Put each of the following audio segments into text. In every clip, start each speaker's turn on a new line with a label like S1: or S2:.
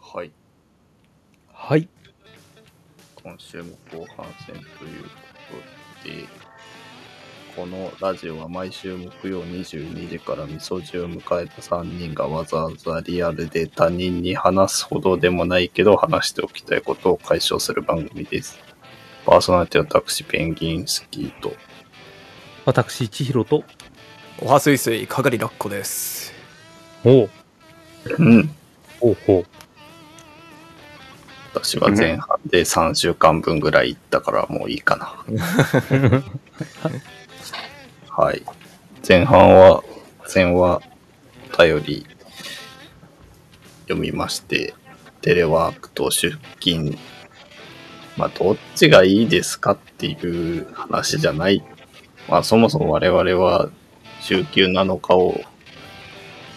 S1: はい。
S2: はい。
S1: 今週も後半戦ということで、このラジオは毎週木曜22時からみそじを迎えた3人がわざわざリアルで他人に話すほどでもないけど話しておきたいことを解消する番組です。パーソナリティは私ペンギンスキーと。
S2: 私、千尋と、
S3: おはすいすい、かがりらっこです。
S2: おう、
S1: うん。
S2: ほうほう。
S1: 私は前半で3週間分ぐらい行ったからもういいかな。はい。前半は、前は、頼り、読みまして、テレワークと出勤、まあ、どっちがいいですかっていう話じゃない。まあ、そもそも我々は、週休7日を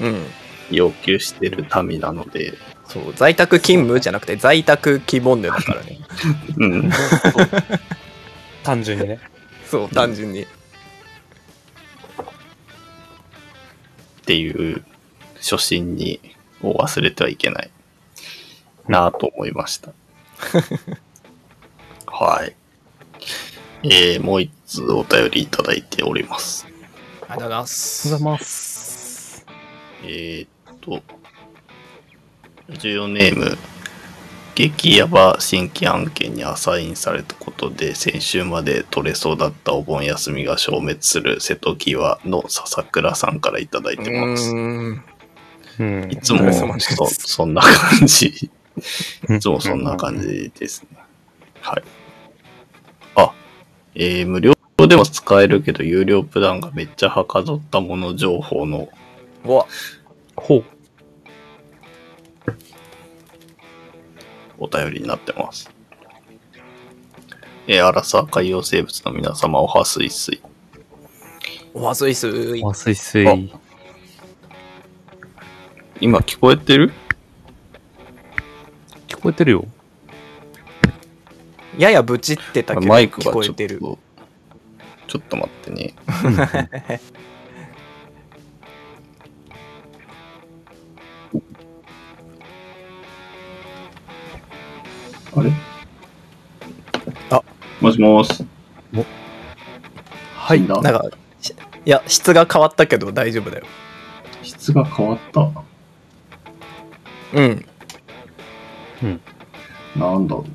S3: うん。
S1: 要求してる民なので、
S3: そう、在宅勤務じゃなくて在宅希望でだからね。
S1: うん。
S2: 単純にね。
S3: そう、単純に。
S1: っていう初心にを忘れてはいけないなぁと思いま した。はい。えー、もう一通お便りいただいております。
S3: ありがとうございます。。
S2: おはようございます
S1: えー、っと、ラジオネーム、激ヤバ新規案件にアサインされたことで、先週まで取れそうだったお盆休みが消滅する瀬戸際の笹倉さんからいただいうてます。
S3: ーん。
S2: うん
S1: いつ
S3: お疲
S1: も
S3: れ様です
S1: そそんな感じ。
S2: うん
S1: いつもそんな感じですね。はい。あ、えー無料でも使えるけど、有料プランがめっちゃはかどったもの情報の
S3: うわ、
S2: ほう。
S1: お便りになってます。えー、アラサー海洋生物の皆様、おはすいすい。
S3: おはすいすい。
S2: あ、すいす
S1: あ
S2: い。
S1: 今聞こえてる
S2: 聞こえてるよ。
S3: ややぶちってたけど、
S1: マイクが
S3: 聞こ
S1: ち
S3: え
S1: ょって
S3: る。
S1: と、ちょっと待ってね。あれ
S3: あ
S1: もしもーす。
S2: はい。
S1: な
S3: なんか、しいや、質が変わったけど大丈夫だよ。
S1: 質が変わった。
S3: うん。
S1: なんだろ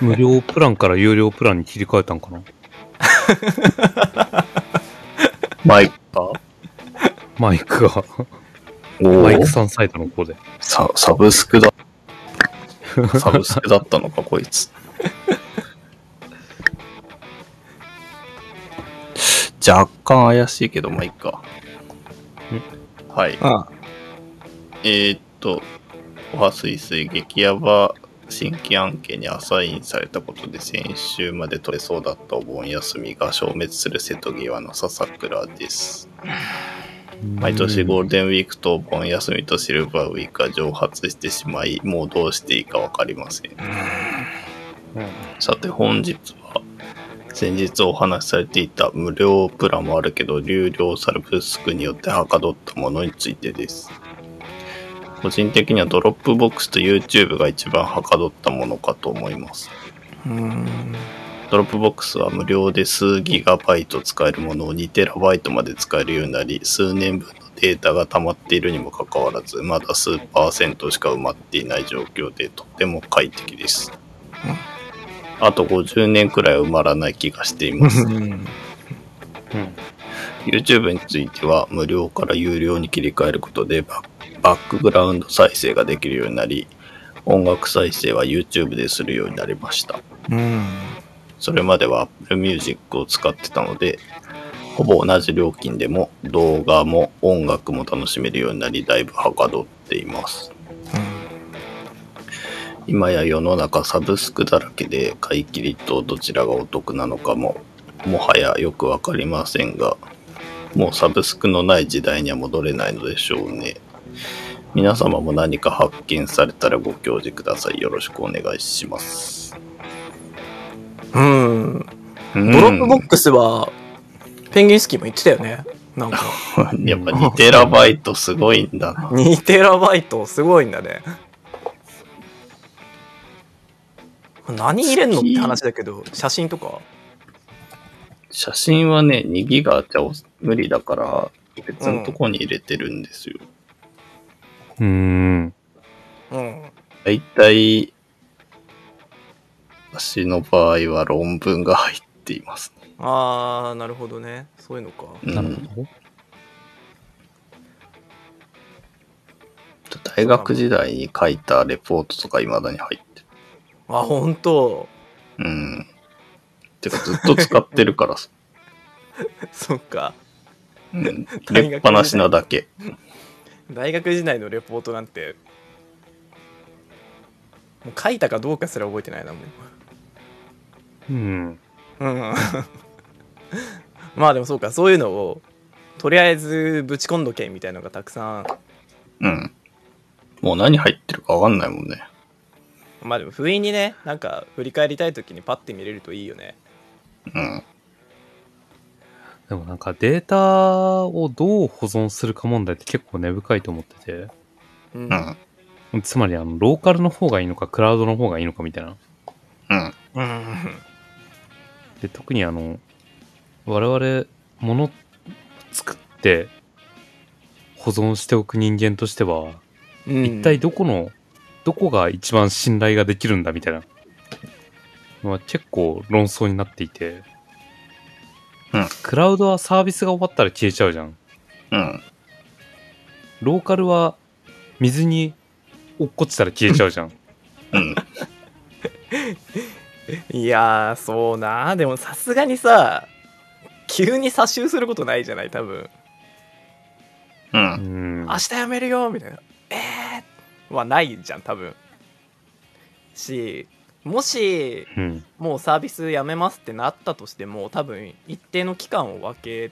S1: う。
S2: 無料プランから有料プランに切り替えたんかな。
S1: マイクか
S2: マイクが、
S1: おー
S2: マイクさんサイドの方で。
S1: ササブスクだ。サブスクだったのか、こいつ。若干怪しいけど、まあいいか。はい。
S3: あ
S1: えーっと、おはすいすい激ヤバ新規案件にアサインされたことで先週まで取れそうだったお盆休みが消滅する瀬戸際の笹倉です。毎年ゴールデンウィークとお盆休みとシルバーウィークが蒸発してしまい、もうどうしていいかわかりません。
S2: うん。
S1: さて本日は、先日お話しされていた無料プランもあるけど、流量サルブスクによってはかどったものについてです。個人的にはドロップボックスと YouTube が一番はかどったものかと思います。
S3: うーん。
S1: ドロップボックスは無料で数ギガバイト使えるものを 2TB まで使えるようになり、数年分のデータが溜まっているにもかかわらず、まだ数パーセントしか埋まっていない状況でとても快適です。あと50年くらいは埋まらない気がしています。
S3: うん。
S2: うん。
S1: YouTube については無料から有料に切り替えることでババックグラウンド再生ができるようになり、音楽再生は YouTube でするようになりました。
S3: うん。
S1: それまでは Apple Music を使ってたので、ほぼ同じ料金でも動画も音楽も楽しめるようになり、だいぶはかどっています。今や世の中サブスクだらけで買い切りとどちらがお得なのかも、もはやよくわかりませんが、もうサブスクのない時代には戻れないのでしょうね。皆様も何か発見されたらご教示ください。よろしくお願いします。
S3: うん。
S1: ド
S3: ドロップボックスは、ペンギンスキーも言ってたよね。なんか、
S1: やっぱ2テラバイトすごいんだ な。
S3: 2テラバイトすごいんだね。何入れんのって話だけど、写真とか
S1: 写真はね、2ギガじゃ無理だから、別のとこに入れてるんですよ。
S2: うーん。
S3: うん。
S1: だいたい、私の場合は論文が入っていますね。
S3: あー、なるほどね。そういうのか。
S1: うん
S2: なるほど。
S1: 大学時代に書いたレポートとか未だに入ってる。
S3: あ、ほんと。
S1: うん。てかずっと使ってる からさ。
S3: そっか。
S1: うん。入れっぱなしなだけ。
S3: 大学時代のレポートなんて、もう書いたかどうかすら覚えてないな、もう。
S2: うん。
S3: うん。 まあでもそうか、そういうのを、とりあえずぶち込んどけみたいなのがたくさん、
S1: うん。もう何入ってるかわかんないもんね。
S3: まあでも不意にね、なんか振り返りたい時にパッて見れるといいよね。
S1: うん。
S2: でもなんかデータをどう保存するか問題って結構根深いと思って
S3: うん。
S1: う
S3: うん
S1: ん。
S2: て、つまりあの、ローカルの方がいいのか、クラウドの方がいいのかみたいな。
S1: うん。。
S2: で、特にあの、我々、物作って保存しておく人間としては、
S3: うん
S2: 一体どこの、どこが一番信頼ができるんだみたいな、まあ、結構論争になっていて、
S1: うん
S2: クラウドはサービスが終わったら消えちゃうじゃん。
S1: うん。
S2: ローカルは水に落っこちたら消えちゃうじゃん。
S1: うん。
S3: いやー、そうなー。でもさすがにさ、急に殺集することないじゃない、多分。
S1: う。
S2: うんん
S3: 明日やめるよみたいなえー、はないじゃん多分しもし
S2: うん。
S3: もうサービスやめますってなったとしても多分一定の期間を分け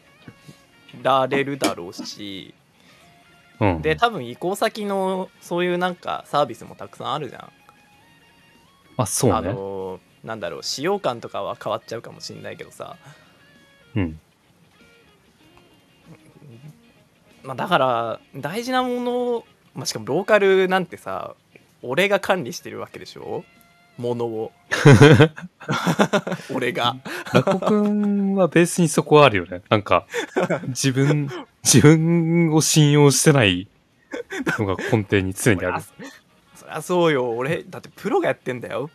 S3: られるだろうし
S2: うん。
S3: で多分移行先のそういうなんかサービスもたくさんあるじゃん、
S2: まあそう
S3: あ
S2: ね。
S3: のなんだろう使用感とかは変わっちゃうかもしんないけどさ、
S2: うん。
S3: まあ、だから大事なもの、まあ、しかもローカルなんてさ俺が管理してるわけでしょものを俺が
S2: ラコ君はベースにそこはあるよね。なんか、自 分、自分を信用してないのが根底に常にある。
S3: そりゃそりゃそうよ俺だってプロがやってんだよ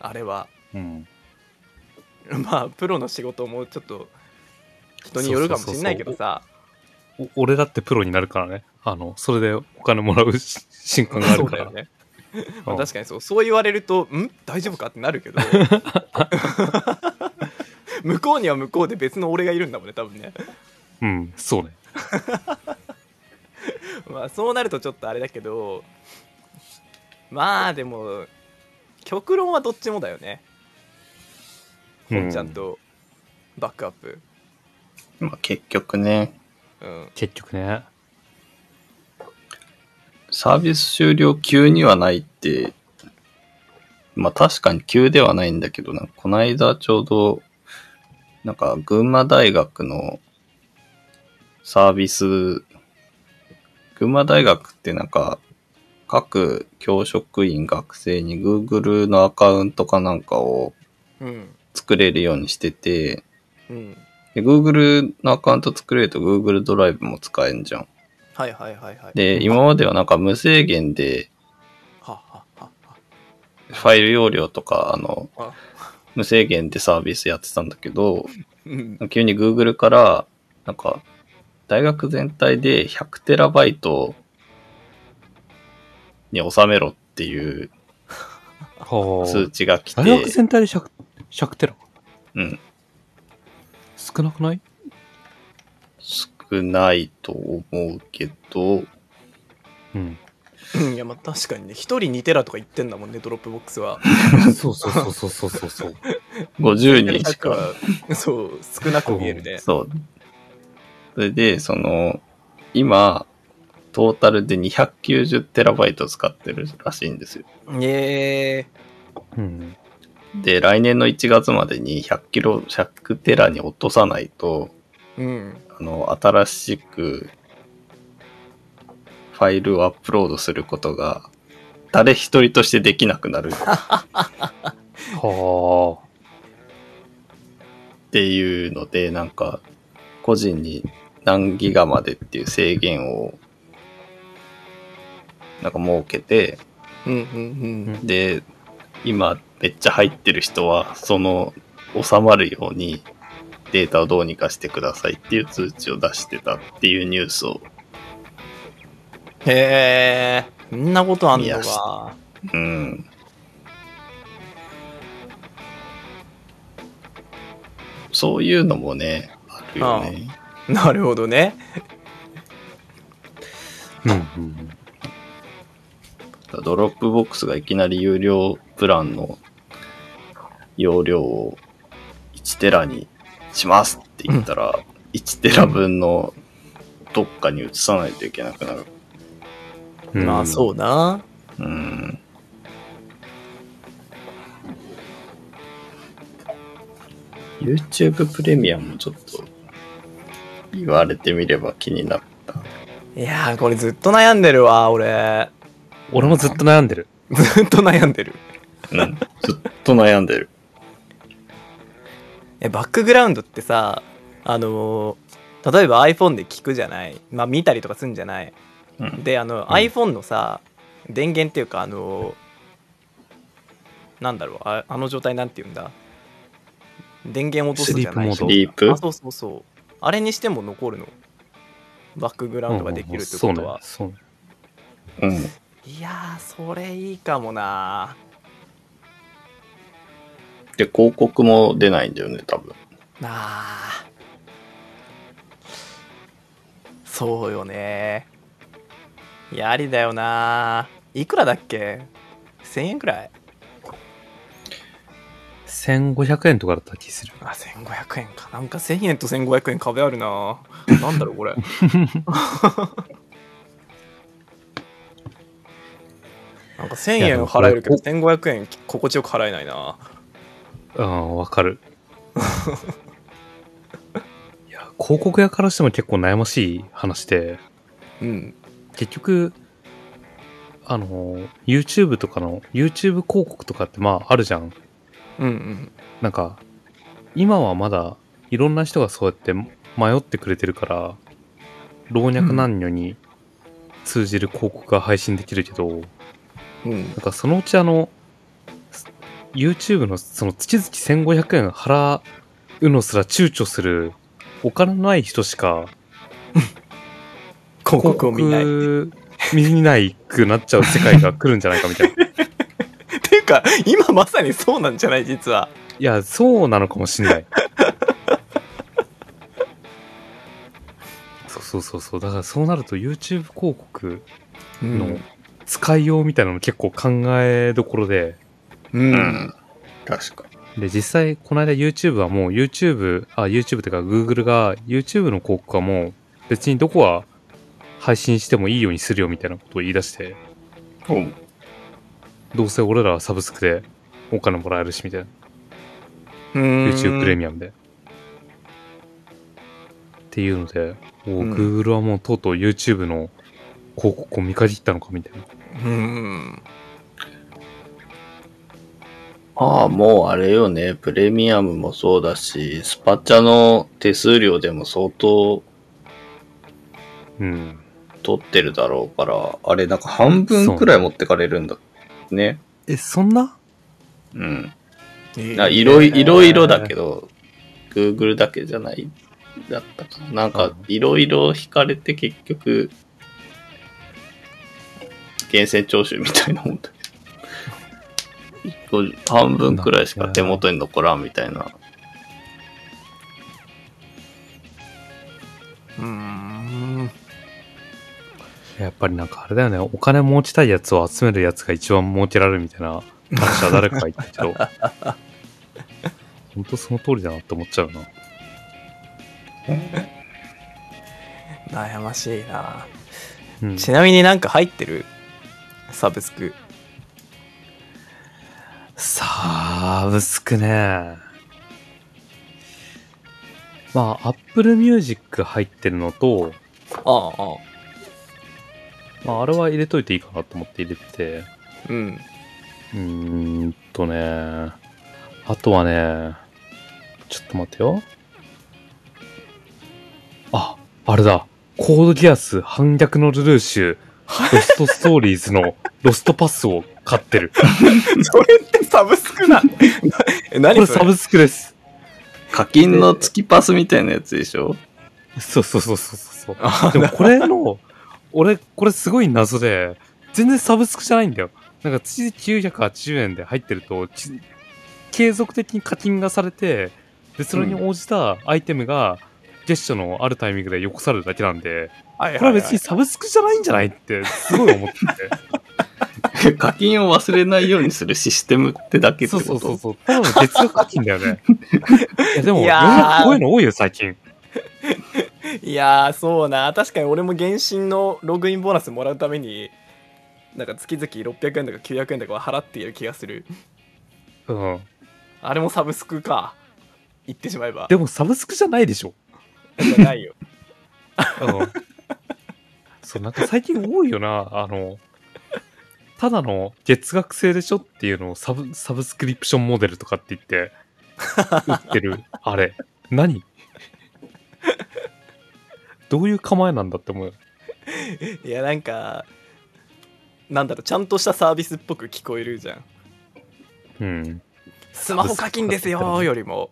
S3: あれは
S2: うん。
S3: まあプロの仕事もちょっと人によるかもしんないけどさ
S2: お俺だってプロになるからね。あの、それでお金もらうし瞬間があ
S3: そ
S2: る
S3: う
S2: か
S3: だ
S2: ら。
S3: よね、
S2: う
S3: まあ、
S2: ん
S3: 確かにそうそう言われるとん大丈夫かってなる けど向こうには向こうで別の俺がいるんだもんね多分ね
S2: うん、そうね。
S3: まあそうなるとちょっとあれだけどまあでも極論はどっちもだよね
S2: うん
S3: 本ちゃんとバックアップ
S1: まあ結局ね、
S3: うん
S2: 結局ね。
S1: サービス終了急にはないって、まあ確かに急ではないんだけど、なんかこの間ちょうど、なんか群馬大学のサービス、群馬大学ってなんか各教職員学生に Google のアカウントかなんかを
S3: うん
S1: 作れるようにしてて、
S3: うん
S1: で Google のアカウント作れると Google ドライブも使えんじゃん。
S3: はいはいはいはい
S1: で、今まではなんか無制限で
S3: ははは
S1: ファイル容量とか、あの、
S3: は
S1: 無制限でサービスやってたんだけど、
S3: うん
S1: 急に Google から、なんか、大学全体で100テラバイトに収めろっていう
S2: は
S1: 通知が来
S2: 大学
S1: て、
S2: 全体で 100, 100テラ
S1: うん、
S2: 少なくない
S1: 少ないと思うけど、
S2: うん。
S3: うんいやまあ確かにね一人2テラとか言ってんだもんねドロップボックスは
S2: そうそうそうそうそうそうそう。
S1: 50人しか、
S3: そう少なく見えるね
S1: そう。それで、その、今、トータルで290テラバイト使ってるらしいんですよ。
S3: え
S2: うん。
S1: で、来年の1月までに100キロ、100テラに落とさないと、
S3: うん
S1: あの、新しくファイルをアップロードすることが、誰一人としてできなくなるっ
S2: は
S1: ていうので、 なんか、個人に何ギガまでっていう制限を、なんか設けて、
S3: うんうんうん
S1: で、今めっちゃ入ってる人は、その収まるようにデータをどうにかしてくださいっていう通知を出してたっていうニュースを、
S3: へえそんなことあん
S1: い
S3: の
S1: やし
S3: か
S1: うん、そういうのもね、あるよね。
S3: なるほどね
S2: あ。うん。
S1: ドロップボックスがいきなり有料プランの容量を1テラにしますって言ったら、1テラ分のどっかに移さないといけなくなる。
S2: うん
S3: まあそうな
S1: うん。YouTube プレミアムもちょっと言われてみれば気になった。
S3: いやーこれずっと悩んでるわ俺
S2: 俺もずっと悩んでる。
S3: ずっと悩んでる
S1: うん。ずっと悩んでる。
S3: えバックグラウンドってさあのー例えば iPhone で聞くじゃないまあ見たりとかするんじゃない
S1: うん。
S3: であの、iPhone のさ電源っていうかあのなんだろうああの状態なんて言うんだ電源落とすじゃない
S2: ス
S1: リープモード
S3: あそうそうそうあれにしても残るのバックグラウンドができるって
S2: うん
S3: こ
S2: うん
S3: と
S2: うん
S3: は、
S2: そうね。そうね
S1: うん。
S3: いやーそれいいかもな
S1: で、広告も出ないんだよね、多分。
S3: なあそうよねいやありだよないくらだっけ1000円くらい
S2: 1500円とかだった気する。
S3: あ、1500円か。なんか1000円と1500円壁あるな。なんだろう、これ。 なんか1000
S2: いやで
S3: 円
S2: も
S3: 払えるけど、
S2: こ
S3: 1500円心地よく払えないな。
S2: うん、わかる。いや、広告屋からしても結構悩ましい話で、
S3: うん。
S2: 結局、あの、YouTube とかの、YouTube 広告とかってまああるじゃん。
S3: うんうん。
S2: なんか、今はまだいろんな人がそうやって迷ってくれてるから、老若男女に通じる広告が配信できるけど、
S3: うん
S2: なんかそのうちあの、す YouTube のその月々1500円払うのすら躊躇するお金のない人しか
S3: 広告を見ない。っ
S2: 広告見ないくなっちゃう世界が来るんじゃないかみた いな。い
S3: ていうか、今まさにそうなんじゃない実は。
S2: や、そうなのかもしんない。そうそうそうそう。だからそうなると YouTube 広告
S3: う
S2: の。使いようみたいなの結構考えどころで、
S3: う。。
S1: うん確かに。
S2: で、実際、この間 YouTube はもう YouTube、あ、YouTube というか Google が YouTube の広告はもう別にどこは配信してもいいようにするよみたいなことを言い出して、
S1: うん。
S2: どうせ俺らはサブスクでお金もらえるしみたいな。YouTube プレ
S3: ミ
S2: ミアムで。っていうので、お
S3: うん
S2: Google はもうとうとう YouTube の広告を見限ったのかみたいな。
S3: うん。
S1: ああ、もうあれよね。プレミアムもそうだし、スパチャの手数料でも相当
S2: うん。
S1: 取ってるだろうから、あれなんか半分くらい持ってかれるんだね。
S2: え、そんな
S1: うん。
S3: い
S1: あいろいいろいろだけど、Google だけじゃない、だったかな。なんかいろいろ引かれて結局、源泉徴収みたいなもんだけど。一個半分くらいしか手元に残らんみたいな。
S3: うん。
S2: やっぱりなんかあれだよね、お金持ちたいやつを集めるやつが一番儲けられるみたいな話は誰かが言ったけど、 本当その通りだなって思っちゃうな。
S3: 悩ましいな。
S2: うん、
S3: ちなみになんか入ってるサブスク。
S2: サブスクね。ままあ、Apple Music 入ってるのと、
S3: ああ
S2: まあ、あれは入れといていいかなと思って入れて、
S3: うん
S2: うーんとね、あとはね、ちょっと待てよ。あ、あれだ。コードギアス反逆のルルーシュ、ロストストーリーズのロストパスを買ってる。こ
S3: それってサブスクな え何
S2: れ
S3: それ
S2: サブスクです。
S1: 課金の月パスみたいなやつでしょ
S2: そうそうそうそうそう。
S3: あ
S2: でもこれの、俺、これすごい謎で、全然サブスクじゃないんだよ。なんか、月980円で入ってると、ち継続的に課金がされて、で、それに応じたアイテムが、ジェスチャーのあるタイミングでよこされるだけなんで、
S3: はい
S2: これは別にサブスクじゃないんじゃないって、すごい思 って
S1: 課金を忘れないようにするシステムってだけ
S2: て。
S1: って
S2: そ
S1: こ
S2: う
S1: と
S2: そうそうそう。ただの月額課金だよ ね。いや、でも、
S3: い
S2: 世
S3: やー
S2: の中こういうの多いよ、最近。
S3: いやーそうな確かに俺も原神のログインボーナスもらうためになんか月々600円だか900円だかは払っている気がする
S2: うん。
S3: あれもサブスクか言ってしまえば
S2: でも、サブスクじゃないでしょ。
S3: じゃないよ
S2: うんそう、なんか最近多いよな、あの、ただの月額制でしょっていうのをサブサブスクリプションモデルとかって言って、売ってる、 あれ。何どういう構えなんだって思うよ。
S3: いやなんかなんだろうちゃんとしたサービスっぽく聞こえるじゃん
S2: うん。
S3: スマホ課金ですよーよりも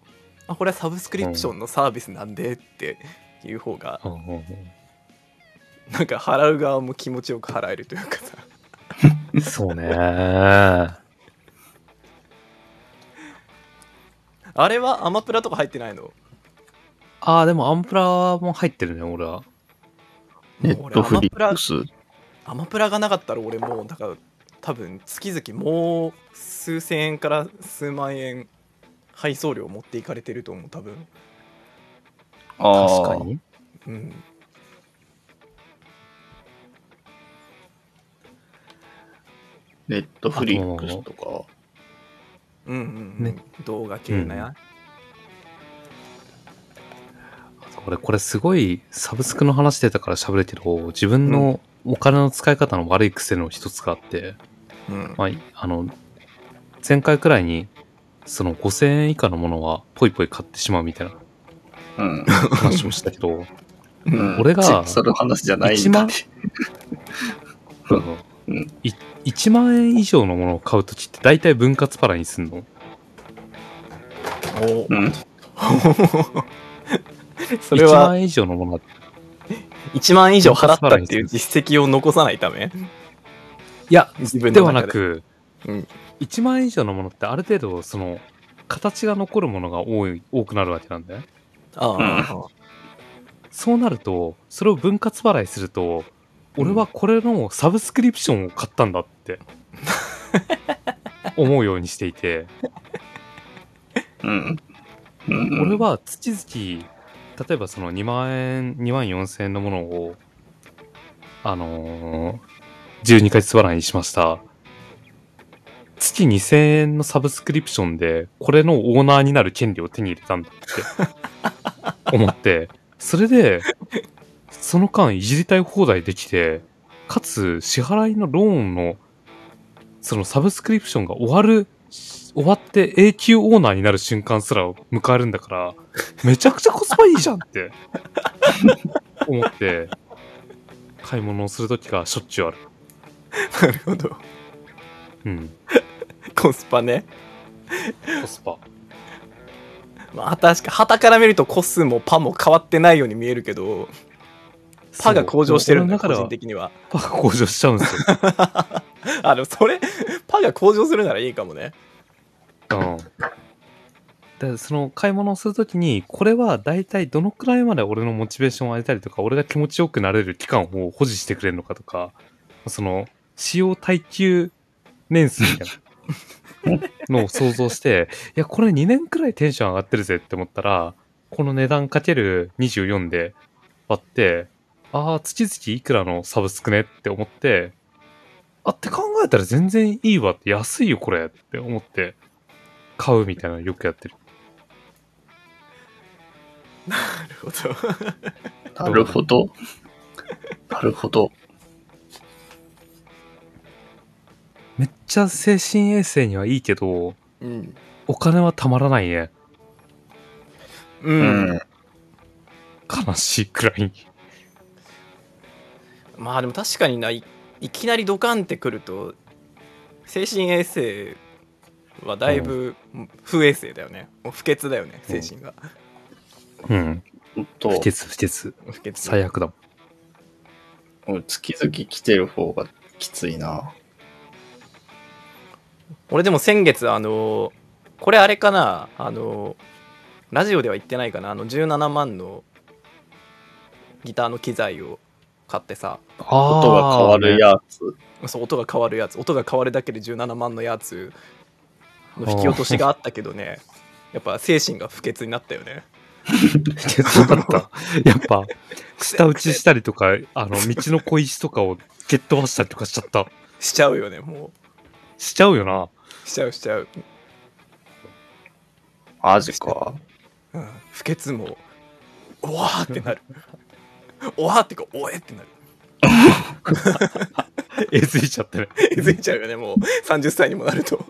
S3: あこれはサブスクリプションのサービスなんでっていう方が
S2: うんうんうん
S3: なんか払う側も気持ちよく払えるというかさ
S2: そうねー。
S3: あれはアマプラとか入ってないの
S2: ああ、でもアンプラも入ってるね、俺は。
S1: ネットフリックス
S3: アマプラがなかったら俺もうだから多分月々もう数千円から数万円配送料持っていかれてると思う多分
S1: あー
S2: 確かに。
S3: うん
S1: ネットフリックスとか
S3: うんうん、うん
S2: ね
S3: 動画系なや、
S2: 俺、これすごいサブスクの話出たから喋るけど、自分のお金の使い方の悪い癖の一つがあって、
S3: うん
S2: まあ、いあの、前回くらいに、その5000円以下のものはぽいぽい買ってしまうみたいな
S1: うん、
S2: 話もしたけど、
S1: うん、
S2: 俺が
S1: その話じゃないんだね
S2: あ
S1: うん
S2: の
S1: うん
S2: い1万円以上のものを買うときって大体分割払いにすんの。
S3: お
S1: うん、
S3: それ
S2: 1
S3: は
S2: 万円以上のものは、
S3: 1万円以上払ったっていう実績を残さないため
S2: いや、
S3: 自分
S2: で
S3: の
S2: はな
S3: 中で
S2: く、
S3: うん
S2: 1万円以上のものってある程度、その、形が残るものが多い、多くなるわけなんだよね。
S3: ああ、
S2: そうなると、それを分割払いすると、俺はこれのサブスクリプションを買ったんだって、思うようにしていて、
S1: うんうん、
S2: 俺は月々、例えばその2万円、2万4千円のものを、あのー、12ヶ月払いにしました。月2千円のサブスクリプションで、これのオーナーになる権利を手に入れたんだっ て、思って、それで、その間いじりたい放題できて、かつ支払いのローンの、そのサブスクリプションが終わる、終わって永久オーナーになる瞬間すらを迎えるんだから、めちゃくちゃコスパいいじゃんって思って、買い物をするときがしょっちゅうある。
S3: なるほど
S2: うん。
S3: コスパね
S2: コスパ。
S3: まあ確か旗から見るとコスもパも変わってないように見えるけどパが向上してるんだよ
S2: そ
S3: 個
S2: う俺の
S3: 人
S2: 中で
S3: 的には
S2: はパが向上しちゃうんですよ。
S3: あでもそれパが向上するならいいかもね
S2: うん。でその買い物をするときに、これは大体どのくらいまで俺のモチベーションを上げたりとか、俺が気持ちよくなれる期間を保持してくれるのかとか、その、使用耐久年数みたいなのを想像して、いや、これ2年くらいテンション上がってるぜって思ったら、この値段かける24で割って、ああ、月々いくらのサブスクねって思って、あって考えたら全然いいわって安いよこれって思って買うみたいなのよくやってる。
S3: なるほど
S1: なるほど。なるほど。
S2: めっちゃ精神衛生にはいいけど、
S3: うん
S2: お金はたまらないね。
S3: う、
S1: うんん。
S2: 悲しいくらいに。
S3: まあでも確かにないいきなりドカンってくると精神衛生はだいぶ不衛生だよねもう不潔だよね精神が、
S2: うん。
S1: 本当
S2: 不潔不潔。
S3: 不潔
S2: 最悪だもん。
S1: 俺月々来てる方がきついな。
S3: 俺でも先月あのこれあれかなあのラジオでは言ってないかなあの17万のギターの機材を買ってさ
S2: あ
S1: 音が変わる やつ。
S3: そう音が変わるやつ音が変わるだけで17万のやつの引き落としがあったけどねやっぱ精神が不潔になったよね
S2: 不潔だった。やっぱ、舌打ちしたりとか、あの、道の小石とかを蹴っ飛ばしたりとかしちゃった。
S3: しちゃうよねも
S2: しちゃうよな。
S3: うしちゃうしちゃう、
S1: マジか。
S3: うん、不潔もうわーってなるおわーってかおえってなる
S2: えずいちゃってね。
S3: えずいちゃうよねもう30歳にもなると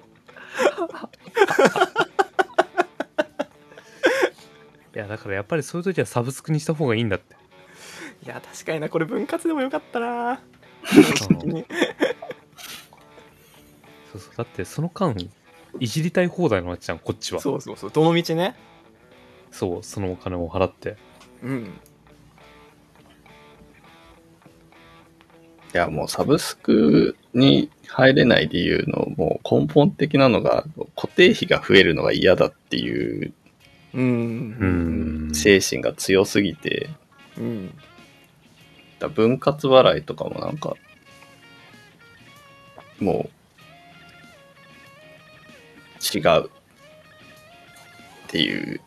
S2: いや、だからやっぱりそういう時はサブスクにした方がいいんだって。
S3: いや確かになこれ分割でもよかったな
S2: あのそうそう。だってその間、いじりたい放題のっちゃん、こっちは。そう。
S3: そうそうそうどの道ね
S2: そのお金を払って。
S3: うん
S1: いや、もうサブスクに入れない理由のもう根本的なのが固定費が増えるのが嫌だっていう
S3: うん
S2: うん。
S1: 精神が強すぎて、
S3: うん
S1: だ分割払いとかもなんか、もう、違う。って いう。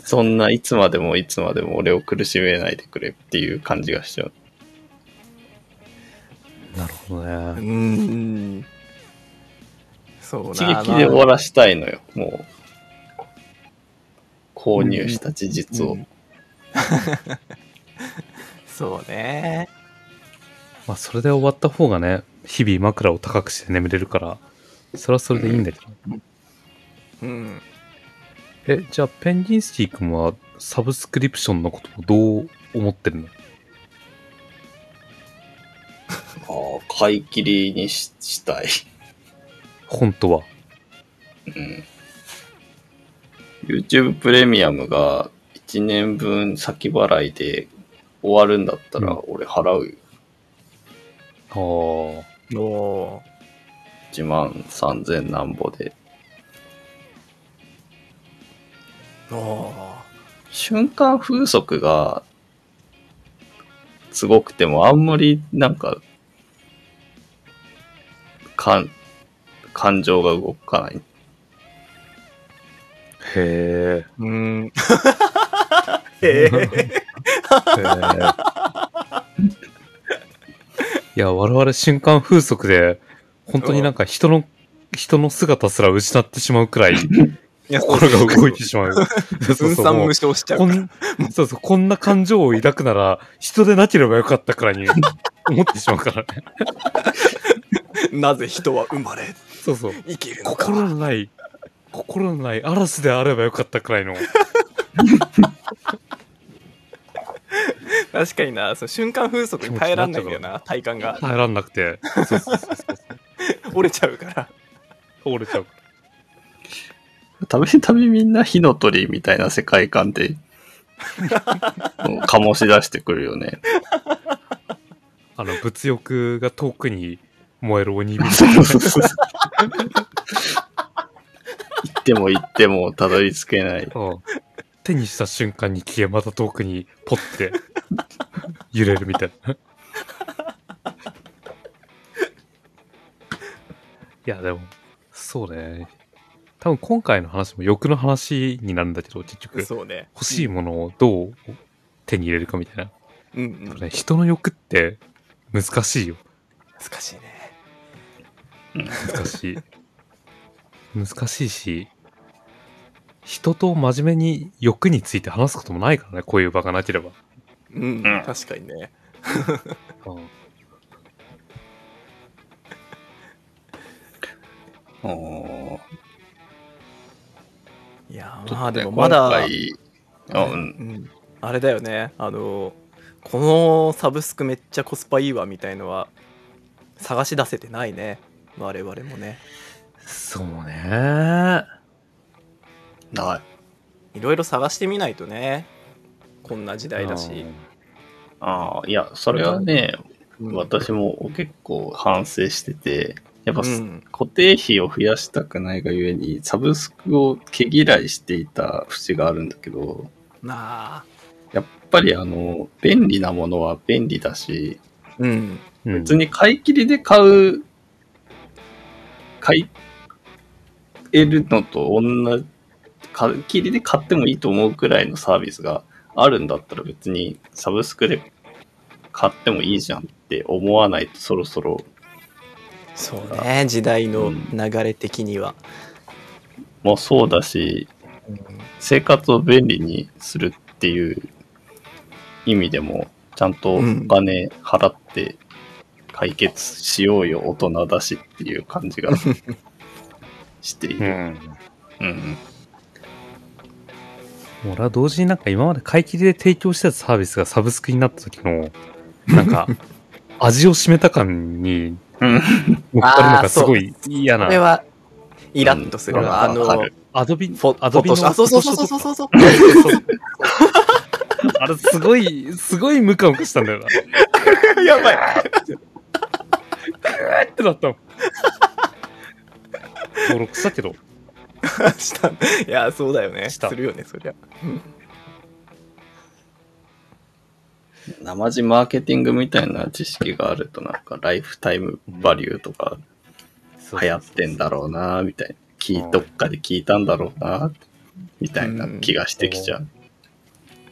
S1: そんないつまでもいつまでも俺を苦しめないでくれっていう感じがしちゃう。
S2: なるほど
S3: う
S2: ね。
S3: んそう
S1: 一
S3: な
S1: 撃で終わらしたいのよ、もう。購入した事実を。
S3: うんそうね
S2: まあ、それで終わった方がね、日々枕を高くして眠れるから、それはそれでいいんだけど。
S3: うん
S2: え、じゃあ、ペンギンスキー君は、サブスクリプションのことをどう思ってるの
S1: ああ買い切りにししたい。
S2: 本当は。
S1: うん、YouTube プレミアムが1年分先払いで終わるんだったら
S2: うん
S1: 俺払うよ。
S2: ああ。
S3: おー
S1: 1万3000何ぼで。
S3: おー
S1: 瞬間風速がすごくてもあんまりなんか感感情が動かない。
S2: へえ。
S3: うん。へえ。
S2: いや、我々瞬間風速で、本当になんか人の、人の姿すら失ってしまうくらい、
S3: いや
S2: 心が動いてしまう。そう
S3: 分
S2: そうそう
S3: 散
S2: もう
S3: 無償しちゃう
S2: こ
S3: から。
S2: ん そうそう、こんな感情を抱くなら、人でなければよかったく らいに思ってしまうからね。
S3: なぜ人は生まれ、
S2: そうそう。
S3: 生きるのか。
S2: 心のない、心のない嵐であればよかったくらいの。
S3: 確かにな、その瞬間風速に耐えらんないんだよな、体感が。
S2: 耐えらんなくて、そうそうそうそう
S3: 折れちゃうから。
S2: 折れちゃう。
S1: たびたびみんな火の鳥みたいな世界観でもう醸し出してくるよね。
S2: あの、物欲が遠くに燃える鬼火。
S1: そうそうそう。行っても行ってもたどり着けない。
S2: うん手にした瞬間に消え、また遠くにポッて揺れるみたい な。いや、でも、そうね。多分今回の話も欲の話になるんだけど、結局、欲
S3: そうね。
S2: しいものをどう手に入れるかみたいな。
S3: うんうん。
S2: ね人の欲って難しいよ。
S3: 難しいね。
S2: 難しい。難しいし、人と真面目に欲について話すこともないからね、こういう場がなければ。
S3: うん、
S1: うん
S3: 確かにね
S2: うん
S1: あー
S3: いや
S1: ちょっとね
S3: まあでもまだ、
S1: 今回あう、
S3: うんんあれだよねあのこのサブスクめっちゃコスパいいわみたいのは探し出せてないね我々もね
S2: そうね。
S1: ない。
S3: いろいろ探してみないとねこんな時代だし、
S1: ああ、いや、それはね、
S3: うん
S1: 私も結構反省してて、やっぱ、
S3: うん
S1: 固定費を増やしたくないがゆえに、サブスクを毛嫌いしていた節があるんだけど、
S3: なあ
S1: やっぱりあの、便利なものは便利だし、
S3: うん
S2: うん。
S1: 別に買い切りで買う、買えるのと同じ、買い切りで買ってもいいと思うくらいのサービスがあるんだったら別にサブスクで買ってもいいじゃんって思わないとそろそろ、
S3: そうね時代
S1: う
S3: の
S1: ん
S3: 流れ的には、
S1: もうそうだし、生活を便利にするっていう意味でも、ちゃんとお金払って解決しようよ、大人だしっていう感じがしていうる。
S2: ん。
S1: うん
S2: 俺は同時になんか今まで買い切りで提供してたサービスがサブスクになった時 の、なんか、味を占めた感に
S1: うん。
S2: 乗っかるのがすごい嫌
S3: こ
S2: な
S3: れ。はイラッとするわ、
S1: うん
S3: あ
S1: わ
S3: の
S1: かる
S2: アドビ、
S3: フォ
S2: アドビの
S3: フォトショあそうそうそうそうそうそう
S2: あれすごい、すごいムカムカしたんだよ な。
S3: やばい
S2: えってなったもん。登録したけど。
S3: した いやそうだよね
S2: した
S3: するよねそりゃ
S1: 生地マーケティングみたいな知識があるとなんかライフタイムバリューとか流行ってんだろうなみたいな聞いどっかで聞いたんだろうなみたいな気がしてきちゃう、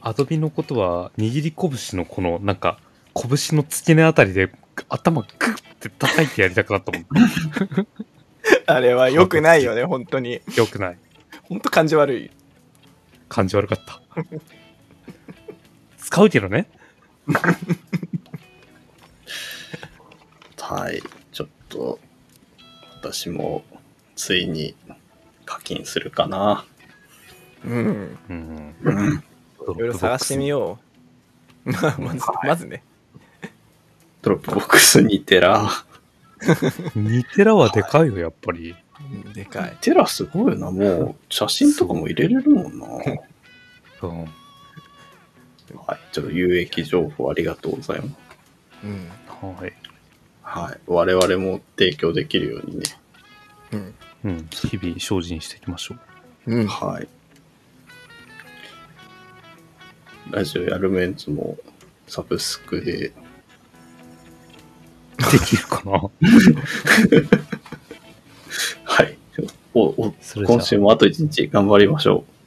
S2: アドビのことは、握り拳のこの、なんか、拳の付け根あたりで、頭グッて叩いてやりたくなったもん。
S3: あれは良くないよね本当に
S2: よくない。
S3: 本当感じ悪い
S2: 感じ悪かった。使うけどね。
S1: はいちょっと私もついに課金するかな
S3: うん
S2: うん。
S1: うん
S2: い
S3: いろいろ探してみ
S2: よ
S3: よう まあまずまずね
S1: ドロップボックス2テラ
S2: う。2テラはでかいよ、やっぱり。
S3: うんでかい
S1: テラすごいなもう写真とかも入れれるもんな はい
S2: うん。
S1: ちょっと有益情報ありがとうございます
S3: うん
S2: はい。
S1: はい我々も提供できるようにね
S3: うん
S2: うん。日々精進していきましょう。
S3: うん
S1: はい。ラジオやるメンツもサブスクで、
S2: できるかな
S1: はい。おお
S2: それじゃあ
S1: 今週もあと一日頑張りましょう。